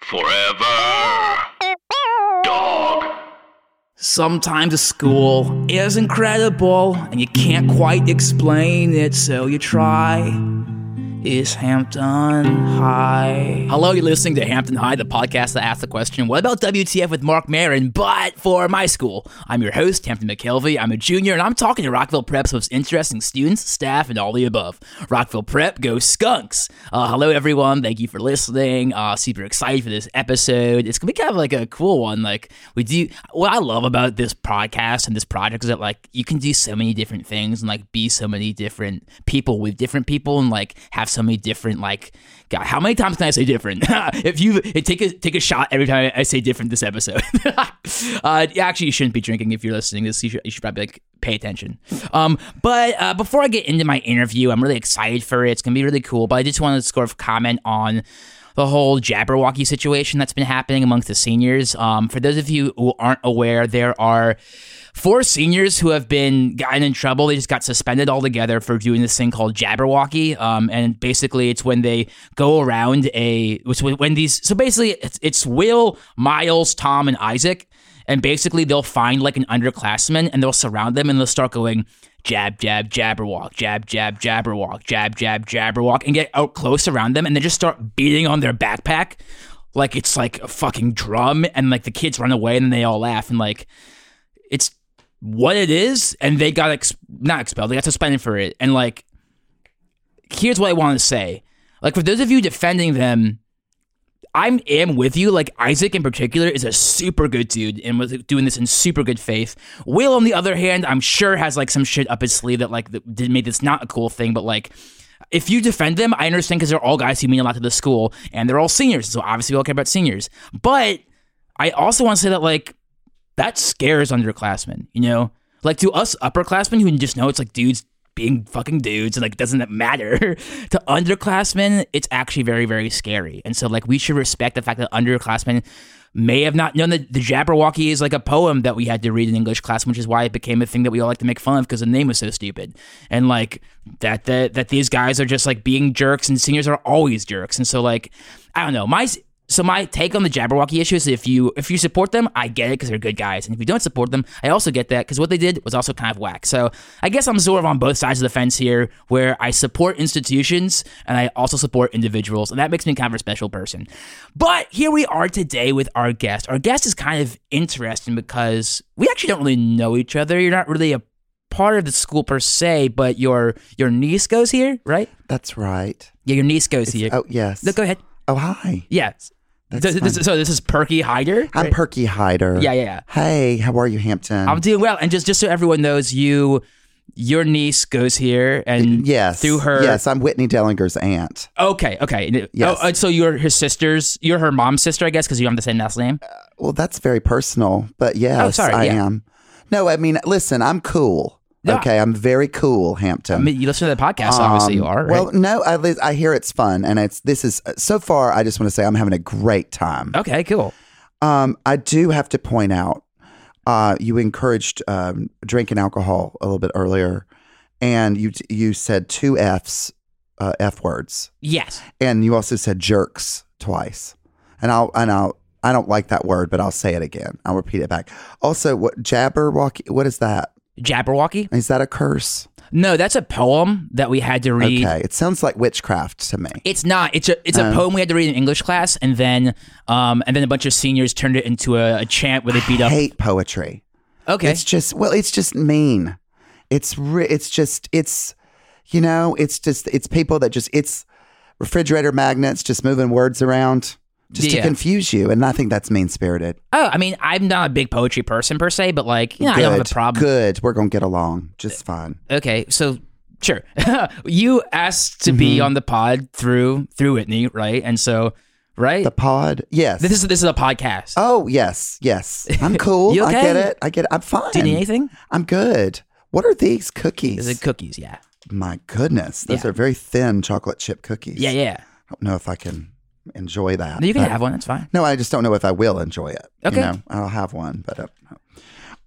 Forever. Dog. Sometimes a school is incredible and you can't quite explain it, so you try. Is Hampton High? Hello, you're listening to Hampton High, the podcast that asks the question, What about WTF with Mark Marin? But for my school. I'm your host, Hampton McKelvey. I'm a junior and I'm talking to Rockville Prep's most interesting students, staff, and all the above. Rockville Prep, go skunks! Uh, hello, everyone. Thank you for listening. Uh, super excited for this episode. It's gonna be kind of like a cool one. Like we do. What I love about this podcast and this project is that like you can do so many different things and like be so many different people with different people and like have so many different like. God, how many times can I say different? if you eh, take a take a shot every time I say different this episode. uh, actually, you shouldn't be drinking if you're listening to this. You should, you should probably like pay attention. Um, but uh, before I get into my interview, I'm really excited for it. It's gonna be really cool. But I just wanted to sort of comment on the whole Jabberwocky situation that's been happening amongst the seniors. Um, for those of you who aren't aware, there are four seniors who have been gotten in trouble. They just got suspended altogether for doing this thing called Jabberwocky. Um, and basically, it's when they go around a which when these so basically it's, it's Will, Miles, Tom, and Isaac and basically they'll find like an underclassman and they'll surround them and they'll start going jab jab jabberwock jab jab jabberwock jab jab jabberwock and get out close around them and then just start beating on their backpack like it's like a fucking drum and like the kids run away and then they all laugh and like it's what it is and they got ex- not expelled they got suspended for it and like here's what I want to say like for those of you defending them I'm am with you. Like Isaac in particular is a super good dude and was doing this in super good faith. Will on the other hand, I'm sure has like some shit up his sleeve that like that did made this not a cool thing, but like. If you defend them, I understand because they're all guys who mean a lot to the school and they're all seniors, so obviously we all care about seniors. But I also want to say that like that scares underclassmen, you know? Like to us upperclassmen who just know it's like dudes being fucking dudes and like doesn't that matter to underclassmen it's actually very very scary and so like we should respect the fact that underclassmen may have not known that the jabberwocky is like a poem that we had to read in english class which is why it became a thing that we all like to make fun of because the name was so stupid and like that that that these guys are just like being jerks and seniors are always jerks and so like i don't know my so my take on the Jabberwocky issue is if you if you support them, I get it because they're good guys, and if you don't support them, I also get that because what they did was also kind of whack. So I guess I'm sort of on both sides of the fence here, where I support institutions and I also support individuals, and that makes me kind of a special person. But here we are today with our guest. Our guest is kind of interesting because we actually don't really know each other. You're not really a part of the school per se, but your your niece goes here, right? That's right. Yeah, your niece goes here. Oh yes. No, go ahead. Oh hi. Yes. That's Th- this- fun. so this is Perky Hyder. I'm Perky Hyder. Yeah, yeah, yeah. Hey, how are you, Hampton? I'm doing well, and just just so everyone knows, you, your niece goes here, and yes. through her. Yes, I'm Whitney Dellinger's aunt. Okay. Okay. Yes. Oh, uh, so you're her sister's. You're her mom's sister, I guess, because you don't have the same last name. Well, that's very personal, but yes, Oh, sorry, I yeah. am. No, I mean, listen, I'm cool. No. Okay, I'm very cool, Hampton. I mean, you listen to the podcast, so obviously Um, you are. Right? Well, no, I, li- I hear it's fun, and it's this is so far. I just want to say I'm having a great time. okay. Cool. Um, I do have to point out, uh, you encouraged um, drinking alcohol a little bit earlier, and you you said two Fs, uh, F words, Yes. and you also said jerks twice, and I'll and I'll. I don't like that word, but I'll say it again. I'll repeat it back. Also, what jabberwocky? What is that? Jabberwocky. Is that a curse? No, that's a poem that we had to read. Okay, Um, it sounds like witchcraft to me. It's not. It's a it's a poem we had to read in English class, and then um and then a bunch of seniors turned it into a, a chant where they beat up. Hate poetry. okay. It's just well, it's just mean. It's re- it's just it's you know, it's just it's people that just it's refrigerator magnets just moving words around just Yeah. to confuse you and I think that's mean spirited. Oh, I mean, I'm not a big poetry person per se, but like, you know, I don't have a problem. Good. We're going to get along just fine. Okay, so sure, Mm-hmm. you asked to be on the pod through through Whitney, right? And so right? The pod. Yes. this is this is a podcast. Oh yes, yes. I'm cool. You I get okay? it. I get it. I'm fine. Do you need anything? I'm good. What are these cookies? Is it cookies? Yeah, My goodness, those Yeah. are very thin chocolate chip cookies. yeah, yeah. I don't know if I can enjoy that. No, you can but- have one. That's fine. No, I just don't know if I will enjoy it. Okay. You know, I'll have one, but I don't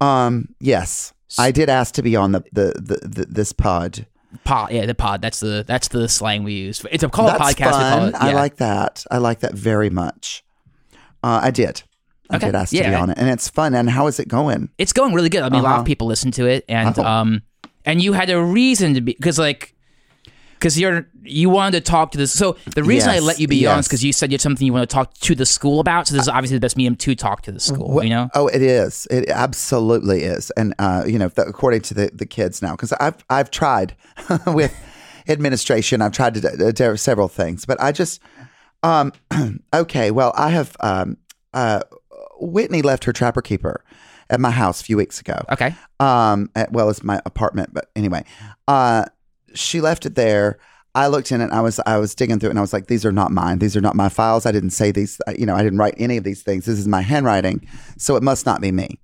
know. um, yes, I did ask to be on the the, the, the this pod. Pod, yeah, the pod. That's the that's the slang we use. It's a call a Oh, podcast. we call it- I yeah. like that. I like that very much. Uh, I did. I Okay. did ask to Yeah. be on it, and it's fun. And how is it going? It's going really good. I mean, a lot Uh-huh. of people listen to it, and Oh. um, and you had a reason to be because like. Because you're you wanted to talk to this, so the reason I Yes, let you be on is yes. Uh, because you said you had something you want to talk to the school about. So this is obviously the best medium to talk to the school. Wha- you know, Oh, it is. It absolutely is. And uh, you know, th- according to the, the kids now, because I've I've tried with administration, I've tried to do, do several things, but I just um, okay. Well, I have um, uh, Whitney left her trapper keeper at my house a few weeks ago okay, um, at- well as my apartment. But anyway, uh, she left it there. I looked in and I was I was digging through it and I was like, these are not mine. These are not my files. I didn't say these. uh, You know, I didn't write any of these things. This is my handwriting, so it must not be me.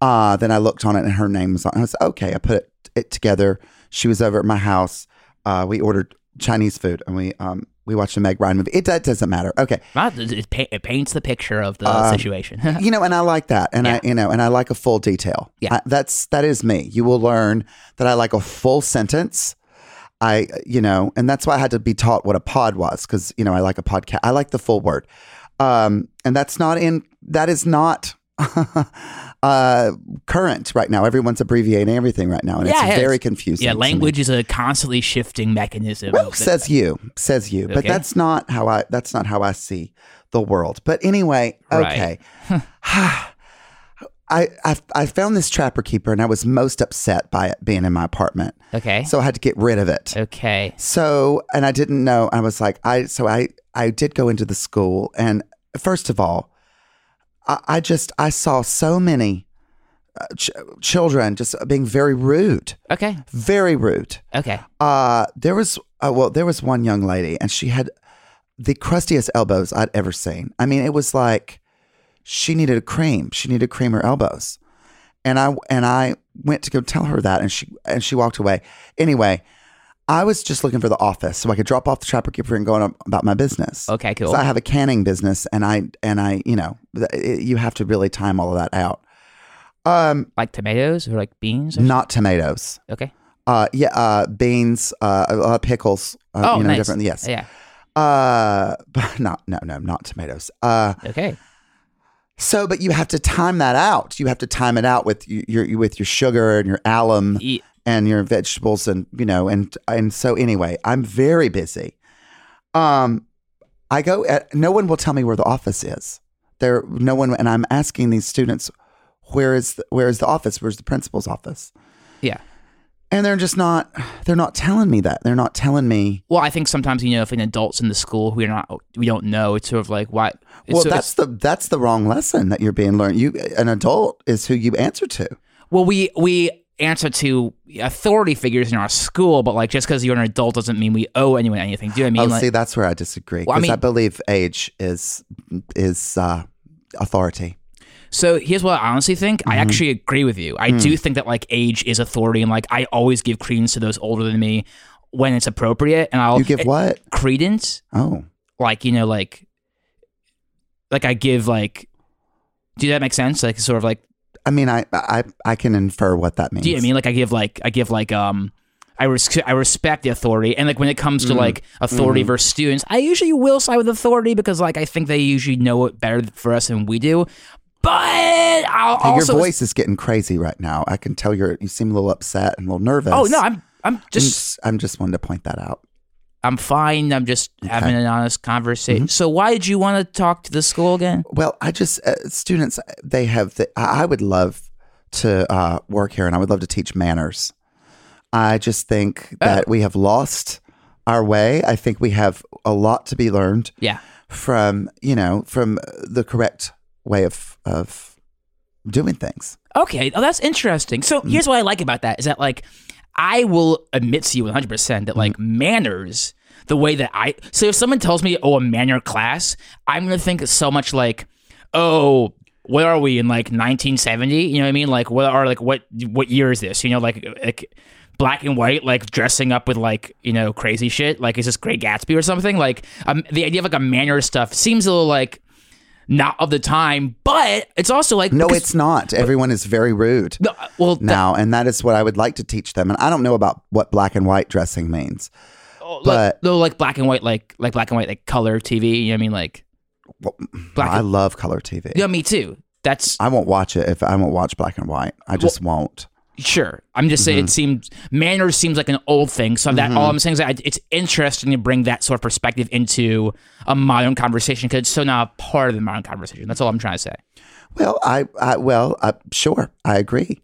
Uh, then I looked on it and her name was on. it. I was okay. I put it, it together. She was over at my house. Uh, we ordered Chinese food and we um, we watched a Meg Ryan movie. It that doesn't matter. Okay, Well, it, it, pa- it paints the picture of the Um, situation. you know, and I like that, and I, Yeah. you know, and I like a full detail. Yeah. I- that's that is me. You will learn that I like a full sentence. I, you know, and that's why I had to be taught what a pod was because you know I like a podcast. I like the full word, um, and that's not in. That is not. uh current right now everyone's abbreviating everything right now and Yeah, it's yeah, very it's- confusing yeah, to me. language is a constantly shifting mechanism. Well, But- says you, says you, but Okay. that's not how I. That's not how I see the world. But anyway, okay. Right. I, I I found this trapper keeper, and I was most upset by it being in my apartment, okay, so I had to get rid of it. okay, So, and I didn't know. I was like, I so I I did go into the school, and first of all, I, I just I saw so many uh, ch- children just being very rude, okay, very rude. okay. Uh, there was uh, well, there was one young lady, and she had the crustiest elbows I'd ever seen. I mean, it was like she needed a cream. She needed to cream her elbows, and I and I went to go tell her that, and she and she walked away. Anyway, I was just looking for the office so I could drop off the trapper keeper and go on about my business. Okay, cool. So I have a canning business, and I and I, you know, th- it, you have to really time all of that out. Um, like tomatoes or like beans? Or not tomatoes. Okay. Uh, yeah, uh, beans, uh, a lot of pickles. Uh, Oh, you know, nice. different. Yes. Yeah. Uh, but not no no not tomatoes. Uh, Okay. so but you have to time that out. You have to time it out with y- your, with your sugar and your alum E- and your vegetables and you know and and so anyway, I'm very busy. Um, I go. At, no one will tell me where the office is. There, no one, and I'm asking these students, where is the, where is the office? Where's the principal's office? Yeah. And they're just not. They're not telling me that. They're not telling me. Well, I think sometimes you know if an adult's in the school we're not we don't know. It's sort of like why. It's Well, sort of- that's the that's the wrong lesson that you're being learned. You, an adult, is who you answer to. well we we answer to authority figures in our school, but like just because you're an adult doesn't mean we owe anyone anything. Do you know what I Oh, mean? like, see, that's where I disagree because Well, I I, mean- believe age is is uh, authority. So here's what I honestly think. I actually agree with you. Hmm. I do think that like age is authority, and like I always give credence to those older than me when it's appropriate. And I'll you give eh, what? credence, Oh, like you know, like like I give like. Do that make sense? Like sort of like I mean, I I I can infer what that means. do you know what I mean like I give like I give like um. I, res- I respect the authority, and like when it comes Mm-hmm. to like authority versus students, I usually will side with authority because like I think they usually know it better for us than we do. But I'll Hey, also your voice is getting crazy right now. I can tell you're you seem a little upset and a little nervous. Oh no, I'm I'm I'm just just I'm just wanting to point that out. I'm fine. I'm just having an honest Mm-hmm. conversation. So why did you want to talk to the school again? Well, I just uh, students they have. The, I I would love to uh, work here, and I would love to teach manners. I just think Uh, that we have lost our way. I think we have a lot to be learned Yeah. from you know from the correct way of of doing things. Okay. Oh, that's interesting. So Mm. here's Mm. what I like about that is that like I will admit to you 100 percent that like manners the way that I. So if someone tells me, "Oh, a manner class," I'm gonna think so much like, "Oh, where are we in like 1970?" You know what I mean? Like, what are like what what year is this? You know, like like black and white, like dressing up with like you know crazy shit. Like, is this Great Gatsby or something? Like, um, the idea of like a manner stuff seems a little like. Not of the time, but it's also like No, because- it's not. Everyone is very rude no, uh, well that- now, and that is what I would like to teach them. And I don't know about what black and white dressing means. Oh, like, But- though, like black and white, like like black and white, like color TV. You know what I mean? Like black. I And, love color TV. yeah, me too. That's I won't watch it if I won't watch black and white. I just won't. sure. I'm just saying it mm-hmm. seems manners seems like an old thing. So that all I'm saying is that I- it's interesting to bring that sort of perspective into a modern conversation because it's so now part of the modern conversation. That's all I'm trying to say. Well, I, I well, I, sure, I agree.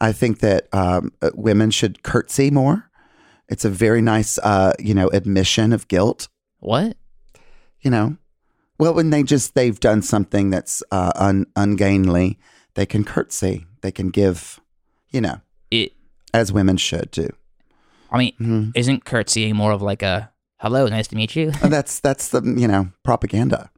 I think that um, uh, women should curtsy more. It's a very nice, uh, you know, admission of guilt. What? You know, well, when they just they've done something that's uh, un, ungainly, they can curtsy. They can give, you know, It. as women should do. I mean, Mhm. isn't curtsying more of like a hello, nice to meet you? And that's that's the you know propaganda.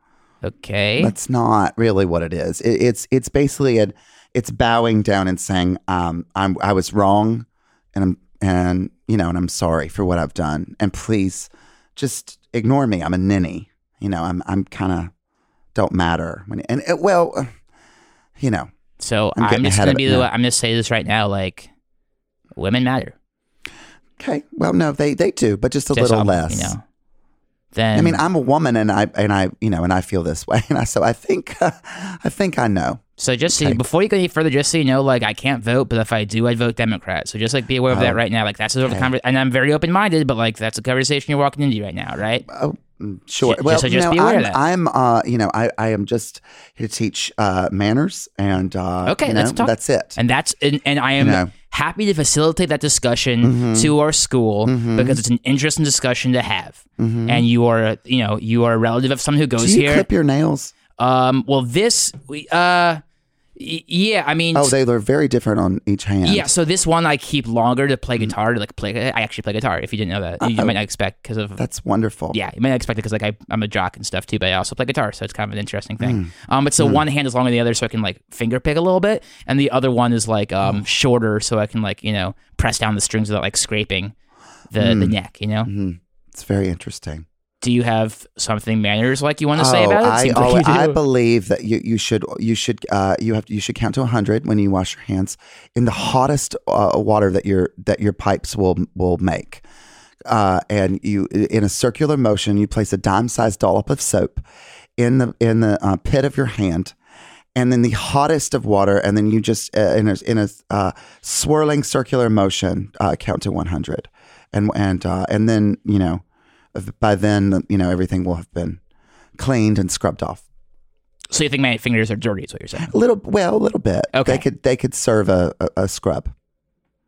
Okay. That's not really what it is. It, it's it's basically a, it's bowing down and saying, um, I'm I was wrong, and I'm and you know, and I'm sorry for what I've done, and please just ignore me. I'm a ninny. You know, I'm I'm kind of don't matter when and it, well, uh, you know, so I'm I'm, getting just ahead gonna of be. it the now. I'm just say this right now. Like, women matter. okay, well, no, they they do, but just a Just, little um, less. You know, then I mean, I'm a woman, and I and I you know, and I feel this way, and I, so I think I think I know. So just so, before you go any further, just so you know, like I can't vote, but if I do, I'd vote Democrat. So just like be aware of that Oh. right now. Like that's the sort of conversation, and I'm very open minded, but like that's a conversation you're walking into right now, right? Oh, mm, sure. Ju- well, just- just no, be aware of I'm, that. I'm, uh, you know, I, I am just here to teach uh, manners, and uh, Okay, you let's know, talk- That's it. And that's and, and I am You know. Mm-hmm. happy to facilitate that discussion to our school because it's an interesting discussion to have. And you are, you know, you are a relative of someone who goes Mm-hmm. Do you here. clip your nails? um, well, this, we, uh, y- yeah, I mean, Oh, they are very different on each hand. Yeah, so this one I keep longer to Mm-hmm. play guitar to like play. I actually play guitar. If you didn't know that, you might not expect because of that's wonderful. yeah, you might not expect it because like I, I'm a jock and stuff too, but I also play guitar, so it's kind of an interesting thing. Hmm. Um, but so one hand is longer than the other, so I can like finger pick a little bit, and the other one is like Hmm. um shorter, so I can like you know press down the strings without like scraping the Hmm. the neck. You know, it's very interesting. do you have something manners like you want to say about it? Oh, I, Seems always- like you I do. believe that you, you should you should uh, you have you should count to hundred when you wash your hands in the hottest uh, water that your that your pipes will will make. Uh, and you in a circular motion, you place a dime-sized dollop of soap in the in the uh, pit of your hand, and then the hottest of water, and then you just uh, in a, in a uh, swirling circular motion uh, count to one hundred, and and uh, and then you know by then you know everything will have been cleaned and scrubbed off. so you think my fingers are dirty? Is what you're saying? A little, well, a little bit. Okay. they could they could serve a, a, a scrub,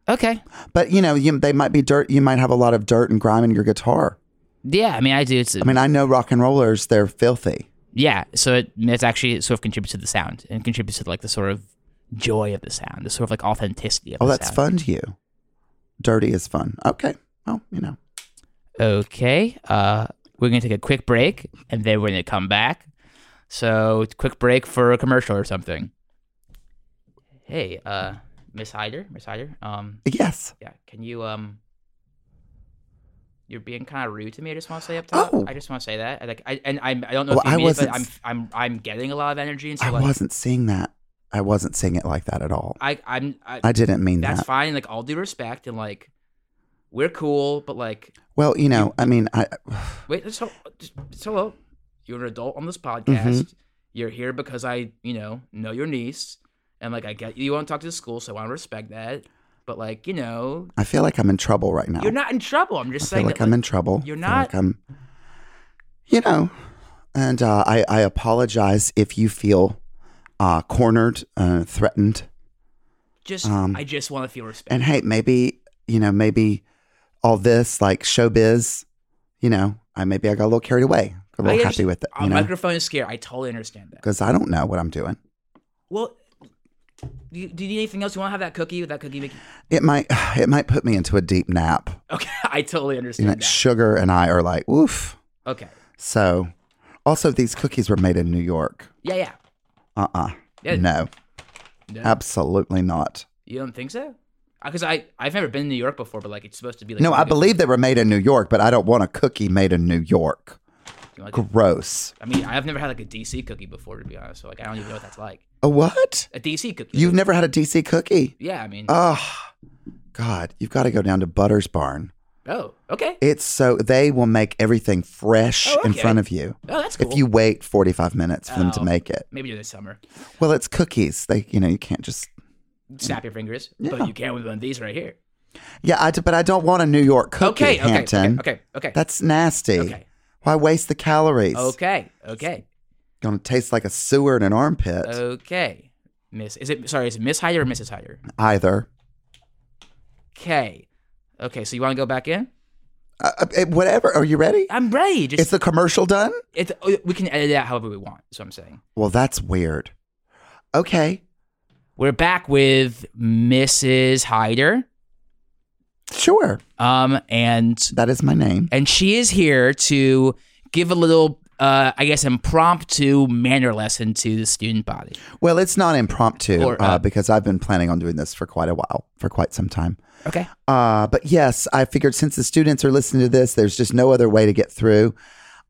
Okay, but you know you, they might be dirt. You might have a lot of dirt and grime in your guitar. yeah, I mean I do. It's, I mean, I know rock and rollers; they're filthy. yeah so it, it's actually it sort of contributes to the sound and contributes to like the sort of joy of the sound the sort of like authenticity of Oh, the that's sound. fun to you. Dirty is fun. Okay. Well, you know. okay uh we're gonna take a quick break and then we're gonna come back so quick break for a commercial or something hey uh miss hyder miss hyder um Yes. yeah can you um you're being kind of rude to me. I just want to say up top. Oh. I just want to say that. I, like, I and I'm, I don't know Well, if you I mean it, but I'm, wasn't- I'm, I'm getting a lot of energy, and so I like, wasn't seeing that. I wasn't seeing it like that at all. I, I'm, I, I didn't mean that's that. fine. Like all due respect, and like we're cool, but like Well, you know, I mean, I wait, just, hel- just, just hello. You're an adult on this podcast. Mm-hmm. You're here because I, you know, know your niece, and like I get you want to talk to the school, so I want to respect that. But like you know, I feel like I'm in trouble right now. you're not in trouble. I'm just I feel saying. like that, I'm in trouble. you're I feel not- Like I'm, you know, and uh, I I apologize if you feel uh, cornered, uh, threatened, just. um, I just want to feel respect. and hey, maybe you know, maybe all this like showbiz, you know, I maybe I got a little carried away, got a I little understand- happy with it, Our you know, microphone is scared. I totally understand that. because I don't know what I'm doing. Well, Do you, do you need anything else? You want to have that cookie? Would that cookie make you- It might it might put me into a deep nap. Okay, I totally You understand know, that. sugar and I are like, oof. okay. So, also these cookies were made in New York. Yeah, yeah. Uh uh Yeah. No. No. Absolutely not. You don't think so? Because I I've never been to New York before, but like it's supposed to be like No, I something- believe they were made in New York, but I don't want a cookie made in New York. you know, like, Gross. I mean, I've never had like a DC cookie before, to be honest. So like, I don't even know what that's like. A what? A DC cookie. You've never had a DC cookie? Yeah, I mean. Oh, God. You've got to go down to Butter's Barn. oh, okay. It's so they will make everything fresh Oh, in okay. front of you. Oh, that's cool. If you wait 45 minutes for them to Oh. make it. maybe during the summer, Well, it's cookies. They, you know, you can't just. snap your fingers, but you can with one of these right here. Yeah, I, d- but I don't want a New York cookie, Okay, okay, okay, Hampton. okay, okay, That's nasty. Okay. Why waste the calories? okay, okay, Gonna taste like a sewer in an armpit. Oh. okay. Miss, is it sorry? Is it Miss Hyder or Mrs. Hyder? Either. Okay, okay. So you want to go back in? Uh, uh, it- whatever. Are you ready? I'm ready. Is Just the commercial done? it's, oh, we can edit it out however we want. That's what I'm saying. Well, that's weird. Okay. We're back with Mrs. Hyder, Sure. um, and That is my name. and she is here to give a little, uh, I guess, impromptu manner lesson to the student body. Well, it's not impromptu Or, uh, uh, because I've been planning on doing this for quite a while, for quite some time. Okay. Uh, but yes, I figured since the students are listening to this, there's just no other way to get through.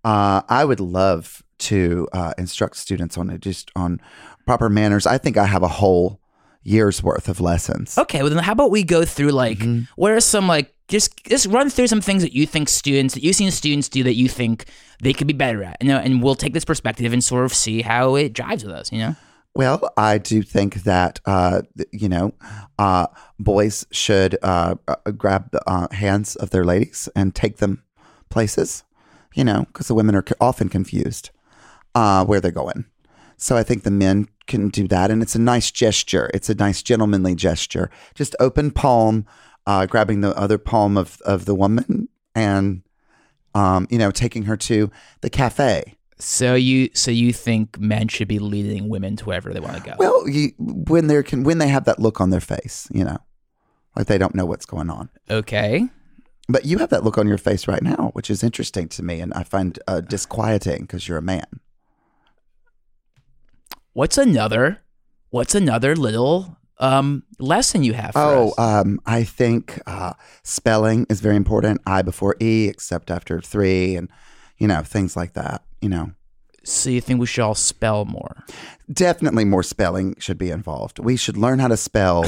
Uh, I would love to uh, instruct students on it, just on proper manners. I think I have a whole year's worth of lessons. Okay, well then how about we go through like Mm-hmm. what are some like just just run through some things that you think students that you've seen students do that you think they could be better at. You know, and we'll take this perspective and sort of see how it drives with us, you know? Well, I do think that uh, th- you know, uh, boys should uh, uh, grab the uh, hands of their ladies and take them places, you know, because the women are c- often confused uh, where they're going. So I think the men can do that, and it's a nice gesture. It's a nice gentlemanly gesture. Just open palm, uh, grabbing the other palm of of the woman, and um, you know, taking her to the cafe. So you so you think men should be leading women to wherever they want to go. Well, you, when they can when they have that look on their face, you know, like they don't know what's going on. okay. But you have that look on your face right now, which is interesting to me, and I find uh, disquieting because you're a man. What's another what's another little um lesson you have for Oh, us? um, I think uh, spelling is very important. I before e, except after three, and you know things like that. You know, so you think we should all spell more? definitely more spelling should be involved. We should learn how to spell.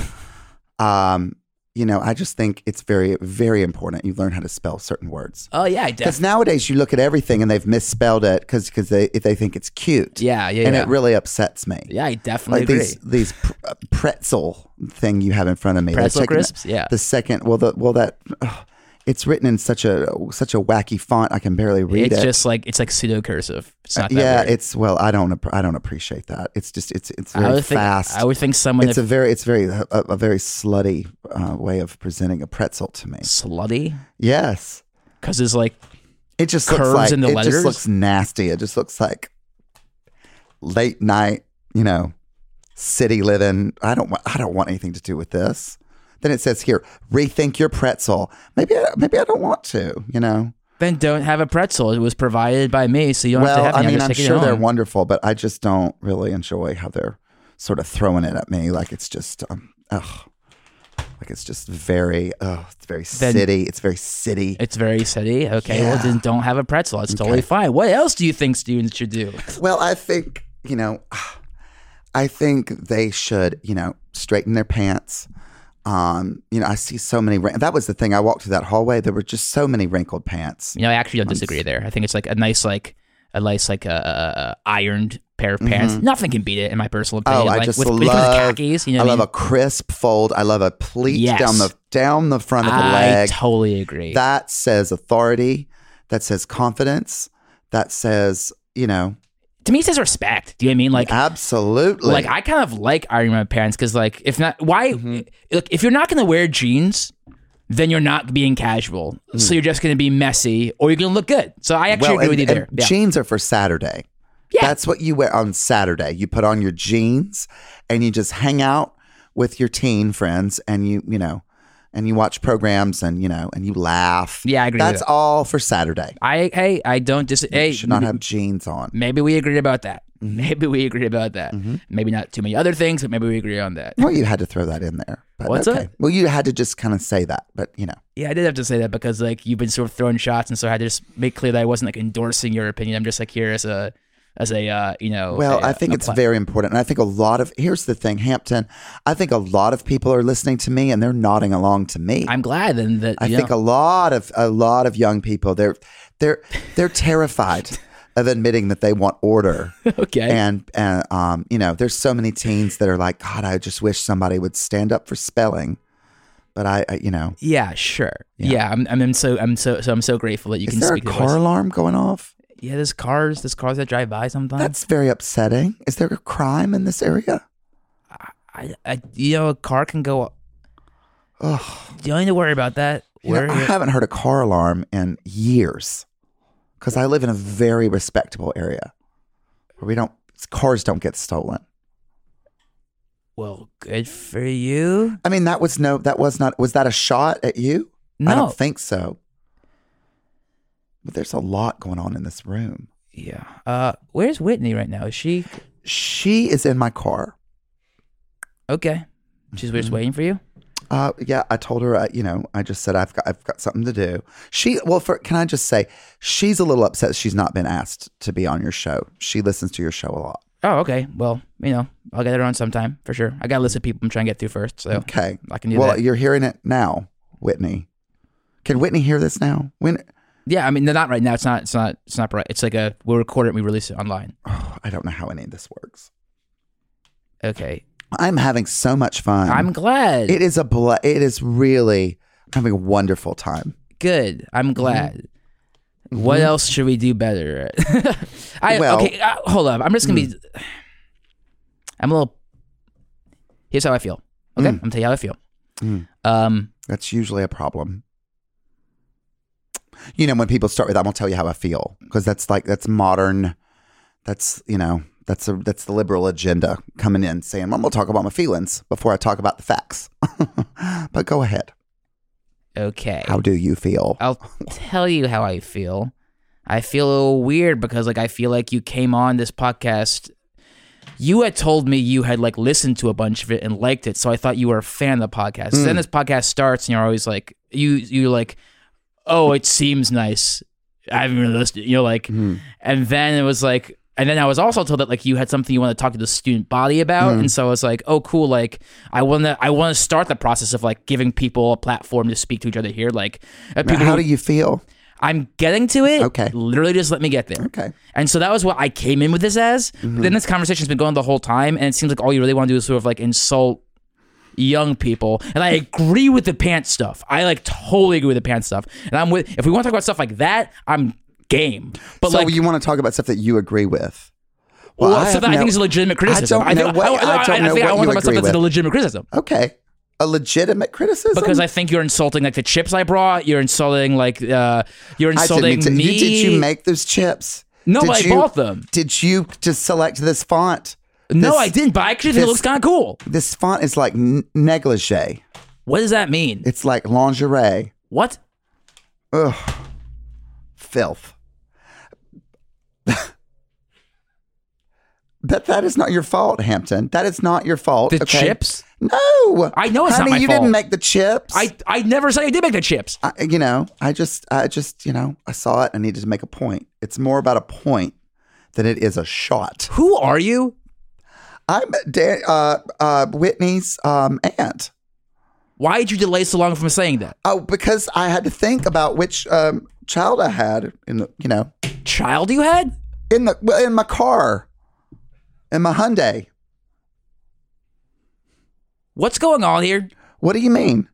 um, you know, I just think it's very, very important. You learn how to spell certain words. Oh yeah, I Because definitely nowadays you look at everything and they've misspelled it because they they think it's cute. Yeah, yeah, and yeah. it really upsets me. yeah, I definitely like agree. these these pr- uh, pretzel thing you have in front of me. They've Pretzel taken the- crisps? Yeah. The second, well, the well that ugh, it's written in such a such a wacky font I can barely read it's it. just like it's like pseudo cursive. It's not that yeah, weird. it's well, I don't app- I don't appreciate that. It's just it's it's I very would think, fast. I would think someone it's if a very it's very uh, a, a very slutty uh, way of presenting a pretzel to me. slutty Yes. because it's like It just curves looks like in the it letters? just looks nasty. It just looks like late night, you know, city living. I don't want. I don't want anything to do with this. Then it says here, rethink your pretzel. Maybe, I, maybe I don't want to. You know. then don't have a pretzel. It was provided by me, so you don't have to well, have I any. mean, just I'm take it sure they're home. wonderful, but I just don't really enjoy how they're sort of throwing it at me. Like it's just, um, ugh. Like it's just very, ugh, it's very Then- city. It's very city. It's very city. Okay, well Yeah. then don't have a pretzel. That's totally fine. What else do you think students should do? Well, I think, you know, I think they should, you know, straighten their pants. Um, you know, I see so many. wrin- That was the thing. I walked through that hallway. There were just so many wrinkled pants. You know, I actually don't disagree there. I think it's like a nice like a nice like a uh, ironed pair of pants. Nothing can beat it in my personal opinion. Mm-hmm. Oh, I like, just with, love. when it comes to khakis. You know, I what love mean? a crisp fold. I love a pleat Yes. down the down the front of the I leg. totally agree. that says authority. That says confidence. That says you know to me, it says respect. Do you know what I mean? Like absolutely. Like I kind of like ironing my pants because like if not why Mm-hmm. look if you're not gonna wear jeans, then you're not being casual. So you're just gonna be messy or you're gonna look good. So I actually Mm. well, agree and- with you and there. Yeah. jeans are for Saturday. Yeah. That's what you wear on Saturday. You put on your jeans and you just hang out with your teen friends and you, you know, and you watch programs and, you know, and you laugh. Yeah, I agree with That's that. all for Saturday. I hey, I don't dis. Hey, you should not have Mm-hmm. jeans on. maybe we agree about that. Maybe we agree about that. Mm-hmm. Maybe not too many other things, but maybe we agree on that. Well, you had to throw that in there. But What's okay. that? Well, you had to just kind of say that, but you know. Yeah, I did have to say that because like you've been sort of throwing shots, and so I had to just make clear that I wasn't like endorsing your opinion. I'm just like here as a as a uh, you know. Well, I I think it's very important. And I think a lot of, here's the thing, Hampton, I think a lot of people are listening to me and they're nodding along to me. I'm glad and that I you think know, a lot of a lot of young people they're they're they're terrified of admitting that they want order. okay. And and um, you know, there's so many teens that are like, God, I just wish somebody would stand up for spelling. But I, I you know, yeah, sure. Yeah, I'm, I'm. I'm so. I'm so. So I'm so grateful that you is can there a speak. to car us. alarm going off? Yeah, there's cars. There's cars that drive by sometimes. That's very upsetting. Is there a crime in this area? I, I, you know, a car can go. Oh, You don't need to worry about that. We're I here- haven't heard a car alarm in years because I live in a very respectable area where we don't cars don't get stolen. well, good for you. I mean, that was no, that was not, was that a shot at you? I No. don't think so. But there's a lot going on in this room. Yeah. Uh, where's Whitney right now? Is she She is in my car. okay? She's Mm-hmm. just waiting for you. Uh, yeah, I told her, uh, you know, I just said I've got, I've got something to do. She, well, for, can I just say, she's a little upset she's not been asked to be on your show. She listens to your show a lot. Oh, okay. Well, you know, I'll get her on sometime for sure. I got a list of people I'm trying to get through first, so Okay. I can do well, that. you're hearing it now, Whitney. Can Whitney hear this now? When Yeah, I mean, no, not right now. It's not. It's not. It's not right. It's like a we'll record it and we release it online. oh, I don't know how any of this works. Okay. I'm having so much fun. I'm glad. Um, It is a bl- it is really I'm having a wonderful time. Good. Mm-hmm. I'm glad. What else should we do better? I Well- Mm. okay. Uh, hold up. I'm just gonna be. I'm a little. Here's how I feel. Okay, Mm. I'm gonna tell you how I feel. Um. That's usually a problem. You know, when people start with I'm gonna tell you how I feel because that's like that's modern. That's you know that's a that's the liberal agenda coming in saying I'm gonna talk about my feelings before I talk about the facts. but go ahead. Okay. How do you feel? I'll tell you how I feel. I feel a little weird because like I feel like you came on this podcast. You had told me you had like listened to a bunch of it and liked it, so I thought you were a fan of the podcast. Then this podcast starts and you're always like you you like, oh, it seems nice. I haven't really listened. You know, like, and then it was like, and then I was also told that like you had something you want to talk to the student body about, and so I was like, oh, cool. Like, I want to, I want to start the process of like giving people a platform to speak to each other here. Like, uh, people how who- do you feel? I'm getting to it. Okay. Literally just let me get there. Okay. Mm-hmm. And so that was what I came in with this as. But then this conversation's been going the whole time, and it seems like all you really want to do is sort of like insult young people. And I agree with the pants stuff. I like totally agree with the pants stuff. And I'm with if we want to talk about stuff like that, I'm game. But so like you want to talk about stuff that you agree with? Well, well, so have that I no- think is a legitimate criticism. don't know what- I don't know think I what want you to talk about agree stuff that's a with. legitimate criticism. Okay, a legitimate criticism Because I think you're insulting like the chips I brought. You're insulting like uh, you're I didn't insulting mean to- me. You, did you make those chips? No, Did but I you- bought them. Did you just select this font? No, This- I didn't. But I actually think it this- looks kind of cool. This font is like n- negligee. What does that mean? It's like lingerie. What? Ugh, filth. That that is not your fault, Hampton. That is not your fault. The okay? chips? No, I know it's not Honey, my you fault. didn't make the chips. I, I never said I did make the chips. I, you know, I just, I just, you know, I saw it. I needed to make a point. It's more about a point than it is a shot. Who are you? I'm Dan, uh, uh, Whitney's um, aunt. Why did you delay so long from saying that? Oh, because I had to think about which um, child I had in the, you know, Child you had? in the well, in my car, in my Hyundai. What's going on here? What do you mean?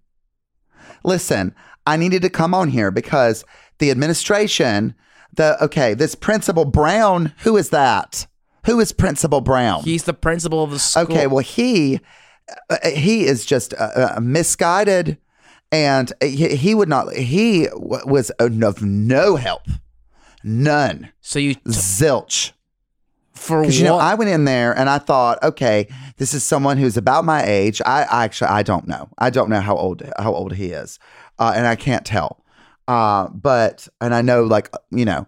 Listen, I needed to come on here because the administration, the okay, this Principal Brown. Who is that? Who is Principal Brown? He's the principal of the school. Okay, well he uh, he is just uh, uh, misguided, and he, he would not. He w- uh, was of no help, none, so you zilch, for what? Because you know, I went in there and I thought, okay, this is someone who's about my age. I, I actually I don't know. I don't know how old how old he is, uh, and I can't tell. Uh, but and I know like you know,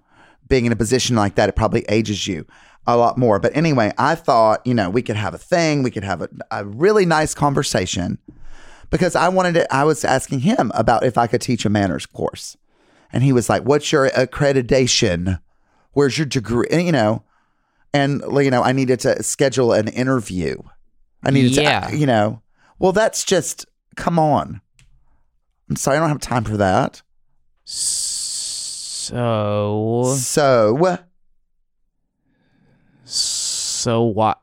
being in a position like that, it probably ages you a lot more. But anyway, I thought you know we could have a thing. We could have a, a really nice conversation because I wanted to. I was asking him about if I could teach a manners course, and he was like, "What's your accreditation? Where's your degree? And, you know." and like, you know i needed to schedule an interview i needed Yeah. to you know well that's just come on i'm sorry i don't have time for that so so so what?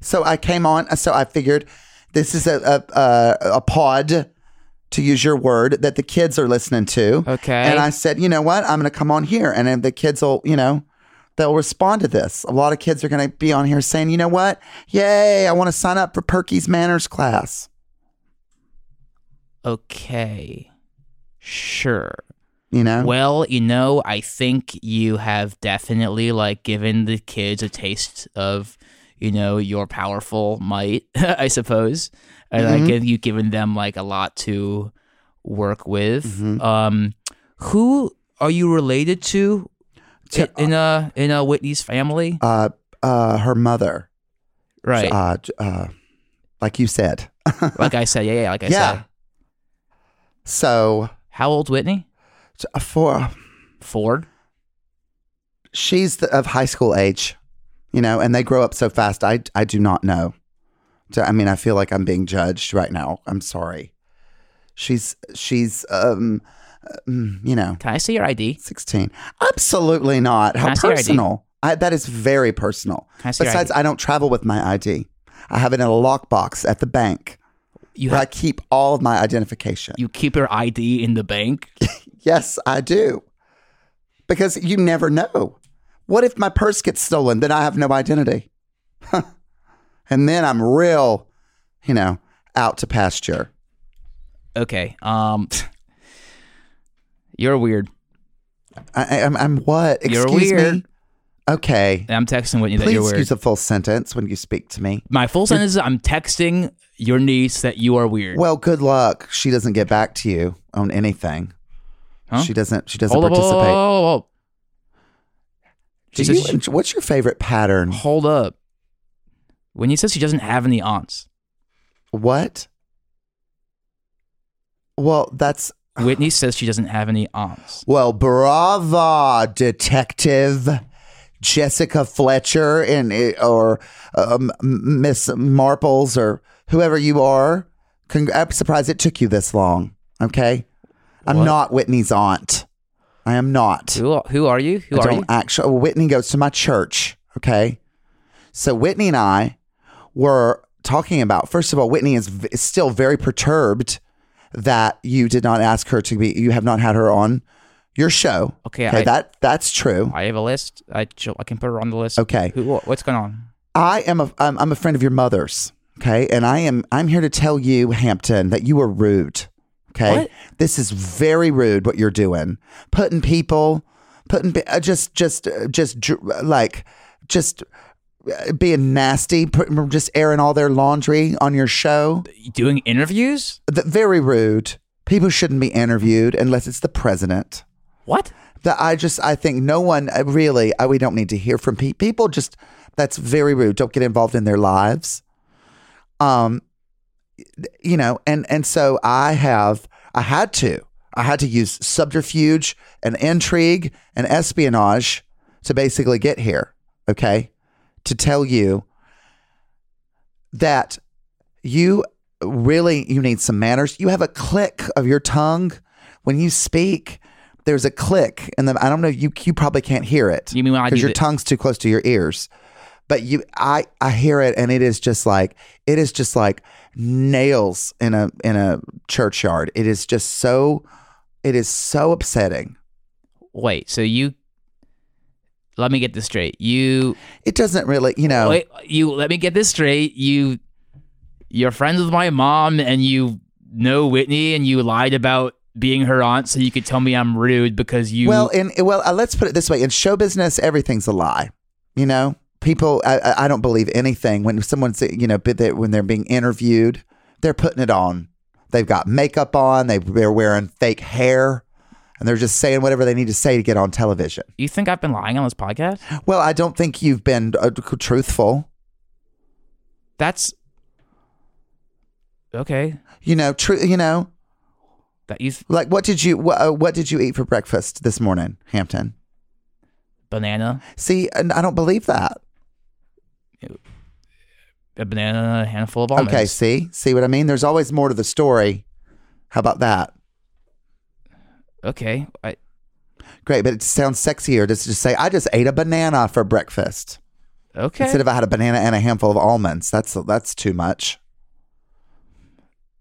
so i came on so i figured this is a a, a, a pod to use your word that the kids are listening to Okay. and i said you know what i'm gonna come on here and then the kids will you know they'll respond to this a lot of kids are gonna be on here saying you know what yay i want to sign up for perky's manners class okay. Sure. you know Well, you know, I think you have definitely like given the kids a taste of, you know, your powerful might, I suppose. And Mm-hmm. I give you given them like a lot to work with. Mm-hmm. Um who are you related to To- i- in a in a Whitney's family? uh, uh, her mother, right. uh, j- uh, like you said. like I said, yeah, yeah, like I Yeah. said. So How old Whitney? t- for Four. she's the, of high school age, you know, and they grow up so fast. I I do not know. So, I mean, I feel like I'm being judged right now. I'm sorry. She's she's um, um, you know, Can I see your ID? 16. Absolutely not. Can How I see your ID? personal. I, that is very personal. Can I see your Besides, I don't travel with my ID. I have it in a lockbox at the bank You where I ha- keep all of my identification. you keep your ID in the bank? Yes, I do. Because you never know. What if my purse gets stolen? Then I have no identity. and then I'm real, you know, out to pasture. Okay. Um You're weird. I, I'm, I'm what? You're Excuse me? weird. Okay. And I'm texting Whitney that Please you're weird. use a full sentence when you speak to me. My full sentence is I'm texting your niece that you are weird. Well, good luck. She doesn't get back to you on anything. Huh? She doesn't. She doesn't hold up, hold up, participate. hold up. Do She says you she- en- what's your favorite pattern? Hold up. When you says she doesn't have any aunts, What? Well, that's Whitney says she doesn't have any aunts. Well, brava, Detective Jessica Fletcher and or um, Miss Marples or whoever you are. Cong- I'm surprised it took you this long. Okay, I'm What? not Whitney's aunt. I am not. Who who are you? Who I are don't you? actually. Whitney goes to my church. Okay, so Whitney and I were talking about. First of all, Whitney is, v- is still very perturbed that you did not ask her to be. You have not had her on your show. Okay, okay, I- that that's true. I have a list. I ch- I can put her on the list. Okay. Who, wha- what's going on? I am a I'm, I'm a friend of your mother's. Okay, and I am I'm here to tell you, Hampton, that you were rude. Okay, What? this is very rude what you're doing, putting people, putting pe- uh, just just uh, just dr- like just uh, being nasty, putting, just airing all their laundry on your show. You Doing interviews? Th- very rude. People shouldn't be interviewed unless it's the president What? that I just I think no one uh, really uh, we don't need to hear from pe- people just that's very rude don't get involved in their lives um you know and and so I have I had to I had to use subterfuge and intrigue and espionage to basically get here okay to tell you that you really you need some manners. You have a click of your tongue when you speak. There's a click, and I don't know. You you probably can't hear it. You mean when I do because your the- tongue's too close to your ears. But you, I I hear it, and it is just like it is just like nails in a in a churchyard. It is just so, it is so upsetting. Wait. So you. Let me get this straight. You It doesn't really, you know. Wait, you let me get this straight. You you're friends with my mom and you know Whitney and you lied about being her aunt so you could tell me I'm rude because you. Well, in well, uh, let's put it this way: in show business, everything's a lie. You know, people. I, I- I don't believe anything when someone's you know but they- when they're being interviewed, they're putting it on. They've got makeup on. They they're wearing fake hair, and they're just saying whatever they need to say to get on television. you think I've been lying on this podcast? Well, I don't think you've been uh, truthful. That's okay. You know, true. You know, That you like what did you what, uh, what did you eat for breakfast this morning, Hampton? banana, See, and I don't believe that. a banana, a handful of almonds. Okay, see, see what I mean? There's always more to the story. How about that? Okay. I, Great, but it sounds sexier just to say I just ate a banana for breakfast okay. instead of I had a banana and a handful of almonds. That's that's too much.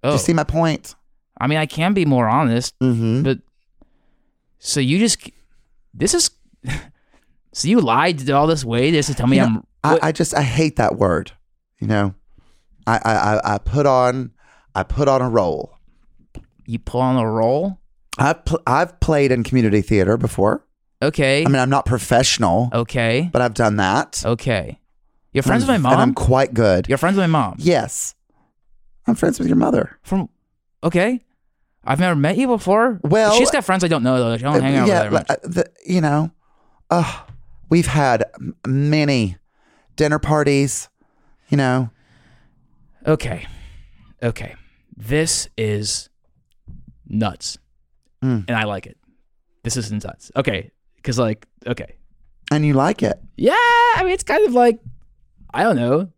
Do oh. you see my point? I mean, I can be more honest, Mm-hmm. but so you just this is so you lied all this way just to tell me You know, I'm I, I just I hate that word. You know, I I I- I put on I put on a role. you pull on a roll. I've pl- I've played in community theater before. Okay. I mean, I'm not professional, okay. but I've done that. Okay. You're friends with my And mom. I'm- Mm, and I'm quite good. You're friends with my mom. Yes, I'm friends with your mother. From okay. I've never met you before. Well- she's got friends I don't know though. I don't hang out with her much. like, uh, the, you know, uh, we've had m- many dinner parties. You know, Okay. Okay. This is nuts. Mm. And I like it. This is nuts. Okay. Cause like, okay. and you like it. Yeah. I mean, it's kind of like, I don't know.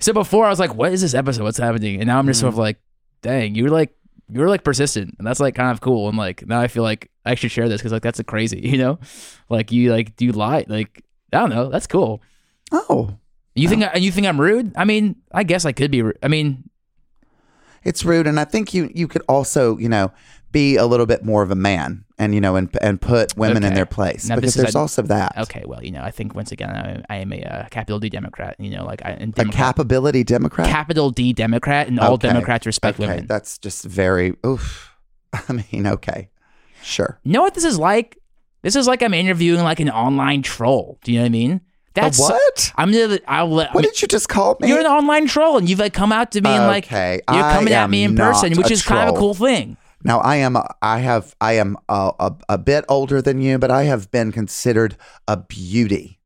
So before I was like, what is this episode? What's happening? And now I'm just Mm. sort of like, dang, you're like, you're like persistent. And that's like kind of cool. And like, now I feel like I should share this because like, that's a crazy, you know? Like, you like, do you lie? Like, I don't know. That's cool. Oh, You think, I, you think I'm rude? I mean, I guess I could be, ru- I mean, it's rude, and I think you you could also you know be a little bit more of a man, and you know, and and put women in Okay. their place Now because this is there's a- also that. Okay, well, you know, I think once again, I, I am a uh, capital D Democrat. You know, like I and A Democrat- capability Democrat. capital D Democrat, and all Okay. Democrats respect okay. women. That's just very oof. I mean, okay. Sure. you know what this is like? This is like I'm interviewing like an online troll. Do you know what I mean? That's what? I'm the I'll let. What I mean, did you just call me? you're an online troll, and you've like come out to me and like Okay, you're I coming at am me in not person, which a is kind of a cool troll. thing. now I am I have I am a, a, a bit older than you, but I have been considered a beauty.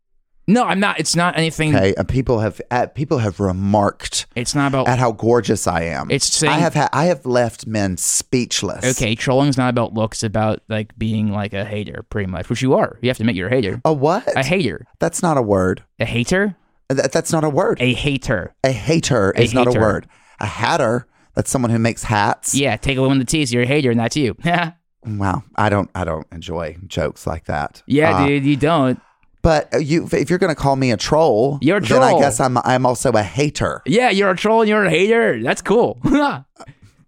No, I'm not. It's not anything. Okay. And people have uh, people have remarked It's not about. at how gorgeous I am. Oh. It's saying- I have ha- I have left men speechless. Okay, trolling's not about looks. It's about like being like a hater, pretty much, which you are. You have to admit you're a hater. A what? A hater. that's not a word. A hater. That, that's not a word. A hater. A hater A is not a hater. word. A hatter. That's someone who makes hats. Yeah, take away one of the T's. You're a hater, and that's you. yeah, Wow, I don't, I don't enjoy jokes like that. Uh, dude, you don't. But you, if you're gonna call me a troll, You're a Then I troll. guess I'm, I'm also a hater. Yeah, you're a troll and you're a hater. That's cool.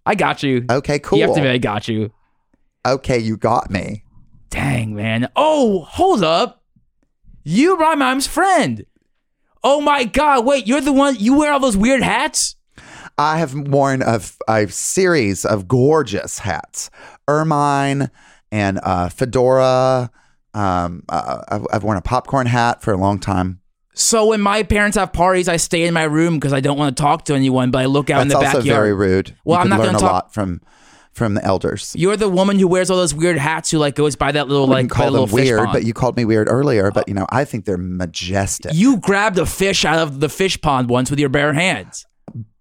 I got you. Okay, Oh, cool. You have to be. I got you. okay, you got me. Dang, man. Oh, hold up. You are my mom's friend. Oh my God! Wait, you're the one. You wear all those weird hats. I have worn a, f- a series of gorgeous hats, ermine and uh, fedora. Um, uh, I've, I've worn a popcorn hat for a long time. So when my parents have parties, I stay in my room because I don't want to talk to anyone. But I look out in That's the also backyard. very rude. Well, you I'm can not learn gonna a talk- lot from from the elders. You're the woman who wears all those weird hats. Who like goes by that little I like wouldn't by call little them fish Oh. weird, pond. but you called me weird earlier. But you know, I think they're majestic. You grabbed a fish out of the fish pond once with your bare hands.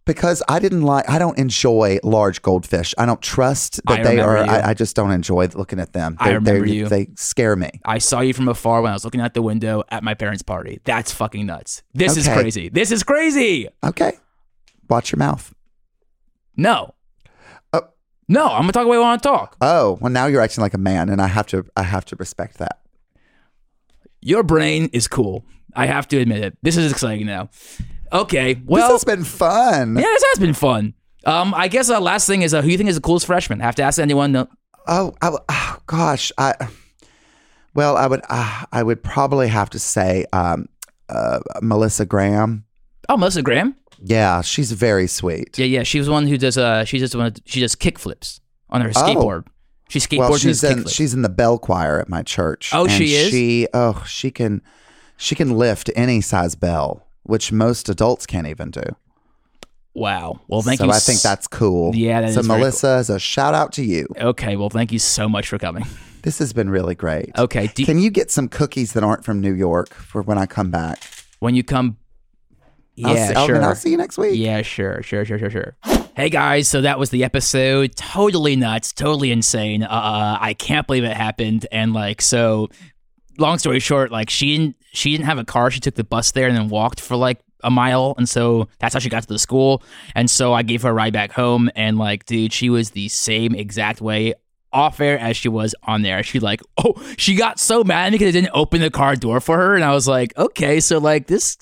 because I didn't like. I don't enjoy large goldfish. I don't trust that I they remember are. you. I, I just don't enjoy looking at them. I remember you. They scare me. I saw you from afar when I was looking out the window at my parents' party. That's fucking nuts. This is Okay. crazy. This is crazy. Okay, watch your mouth. No. Oh. No, I'm gonna talk the way I want to talk. Oh, well, now you're acting like a man, and I have to. I have to respect that. Your brain is cool. I have to admit it. This is exciting now. Okay. Well, this has been fun. yeah, this has been fun. Um, I guess uh, last thing is uh, who you think is the coolest freshman? I have to ask anyone. uh, No. Oh, I, w- oh, gosh. I. Well, I would. Uh, I would probably have to say um, uh, Melissa Graham. Oh, Melissa Graham. Yeah, she's very sweet. Yeah, yeah. She was the one who does. Uh, she just one. She does kick flips on her skateboard. She skateboards. Oh. Well, and she's does in kickflips. she's in the bell choir at my church. Oh, and she is? She oh she can she can lift any size bell, which most adults can't even do. wow. Well, thank so you. I think s- that's cool. Yeah, that so is very Melissa, is a shout out to you. okay. Well, thank you so much for coming. This has been really great. Okay. Oh, Do Can you get some cookies that aren't from New York for when I come back? when you come. I'll Yeah, see, I'll- sure. I'll see you next week. Yeah, sure, sure, sure, sure, sure. Hey guys, so that was the episode. Totally nuts, totally insane. Uh, I can't believe it happened. And like, so long story short, like she didn't she didn't have a car. She took the bus there and then walked for like a mile, and so that's how she got to the school. And so I gave her a ride back home, and like, dude, she was the same exact way off air as she was on there. She like, oh, she got so mad because I didn't open the car door for her, and I was like, okay, so like this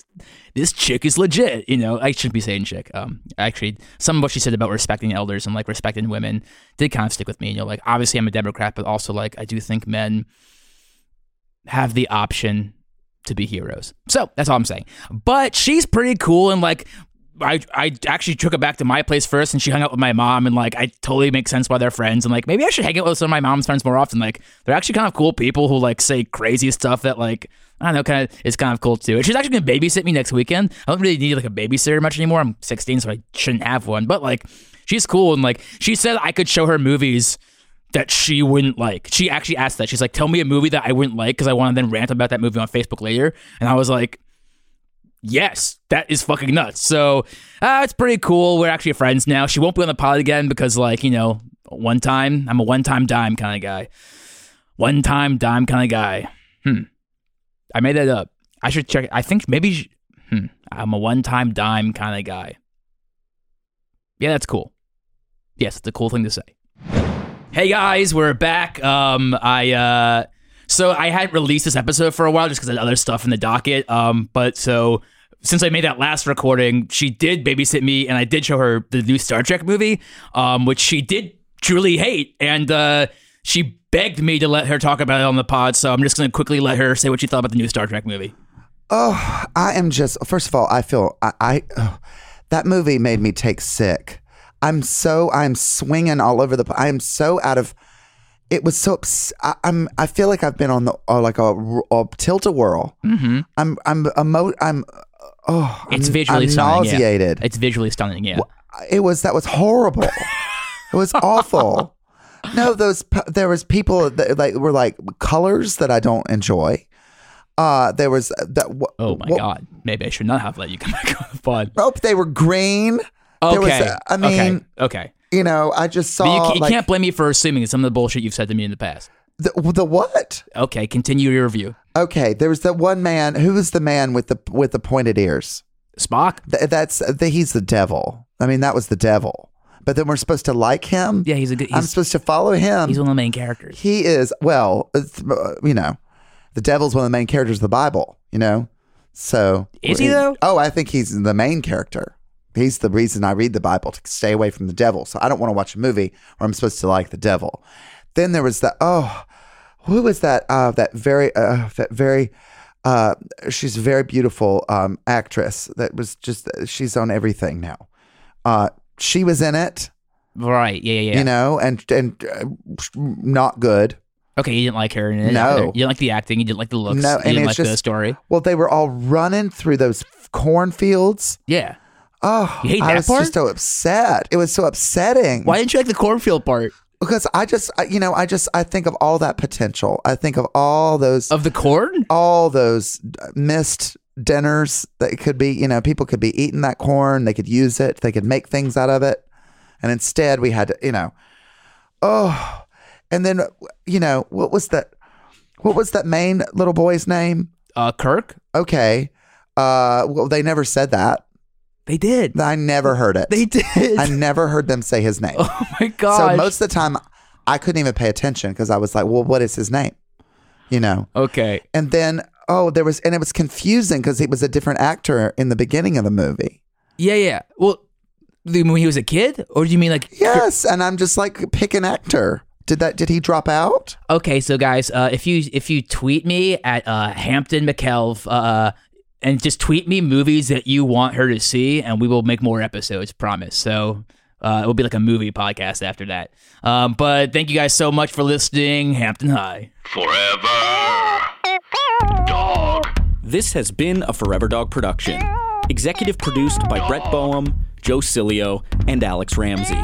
this chick is legit. You know, I shouldn't be saying chick. Um, actually, some of what she said about respecting elders and like respecting women did kind of stick with me. You know, like obviously I'm a Democrat, but also like I do think men have the option to be heroes. So that's all I'm saying. But she's pretty cool and like I I actually took her back to my place first and she hung out with my mom and like I totally make sense why they're friends and like maybe I should hang out with some of my mom's friends more often. Like they're actually kind of cool people who like say crazy stuff that like I don't know, kind of is kind of cool too. And she's actually gonna babysit me next weekend. I don't really need like a babysitter much anymore. I'm 16, so I shouldn't have one. But like she's cool and like she said I could show her movies that she wouldn't like. She actually asked that. She's like, "Tell me a movie that I wouldn't like because I want to then rant about that movie on Facebook later." And I was like, "Yes, that is fucking nuts." So uh, it's pretty cool. We're actually friends now. She won't be on the pod again because, like, you know, one time I'm a one time dime kind of guy. One time dime kind of guy. Hmm. I made that up. I should check. I think maybe. sh- Hmm. I'm a one time dime kind of guy. Yeah, that's cool. Yes, it's a cool thing to say. Hey guys, we're back. Um, I uh, so I hadn't released this episode for a while just because I had other stuff in the docket. Um, but so since I made that last recording, she did babysit me, and I did show her the new Star Trek movie, um, which she did truly hate, and uh, she begged me to let her talk about it on the pod. So I'm just gonna quickly let her say what she thought about the new Star Trek movie. Oh, I am just. First of all, I feel I. I oh, that movie made me take sick. I'm so I'm swinging all over the. pla- I am so out of. It was so. obs- I, am I feel like I've been on the uh, like a, tilt a whirl. Mm-hmm. I'm. I'm. Emo- I'm. Oh, It's I'm- visually I'm stunning. yeah. nauseated. It's visually stunning. Yeah. It was that was horrible. it was awful. No, those p- there was people that like were like colors that I don't enjoy. Uh, there was that. wh- Oh my wh- god. Maybe I should not have let you come back on the pod. Oh, they were green. Okay. There was, uh, I mean, okay. Okay. you know, I just But you, saw ca- you like can't blame me for assuming some of the bullshit you've said to me in the past. the, the what? Okay, continue your review. Okay, there was that one man. Who was the man with the with the pointed ears? Spock? Th- that's the, he's the devil. I mean, that was the devil. But then we're supposed to like him. Yeah, he's a good. I'm He's, supposed to follow him. he's one of the main characters. he is well it's, uh, you know the devil's one of the main characters of the bible you know so Is he, though? oh i think he's the main character he's the reason i read the bible to stay away from the devil so i don't want to watch a movie where i'm supposed to like the devil then there was the oh who was that uh that very uh that very uh she's a very beautiful um actress that was just uh, she's on everything now uh she was in it Right? Yeah, yeah, yeah. you know and and uh, not good okay, you didn't like her. And No. you didn't like the acting. You didn't like the looks. No, you and didn't it's like the just- story. Well, they were all running through those f- cornfields. Yeah. Oh, You hate I that was part? just so upset. It was so upsetting. Why didn't you like the cornfield part Because I just, I, you know, I just, I think of all that potential. I think of all those, of the corn? all those missed dinners that could be, you know, people could be eating that corn. They could use it. They could make things out of it. And instead, we had to, you know, oh, and then, you know, what was that? What was that main little boy's name? Uh, Kirk? Okay. Uh, well, they never said that. They did. I never heard it. They did. I never heard them say his name. oh my god. so most of the time, I couldn't even pay attention because I was like, "Well, what is his name?" You know. okay. And then, oh, there was, and it was confusing because it was a different actor in the beginning of the movie. Yeah, yeah. Well, the- when he was a kid, or do you mean like? Yes, and I'm just like, pick an actor. Did that? Did he drop out? Okay, so guys, uh, if you if you tweet me at uh, Hampton McKelv, uh, and just tweet me movies that you want her to see, and we will make more episodes. Promise. So Uh, it will be like a movie podcast after that. Um, but thank you guys so much for listening. Hampton High. Forever. Dog. This has been a Forever Dog production. Executive produced by Brett Boehm, Joe Cilio, and Alex Ramsey.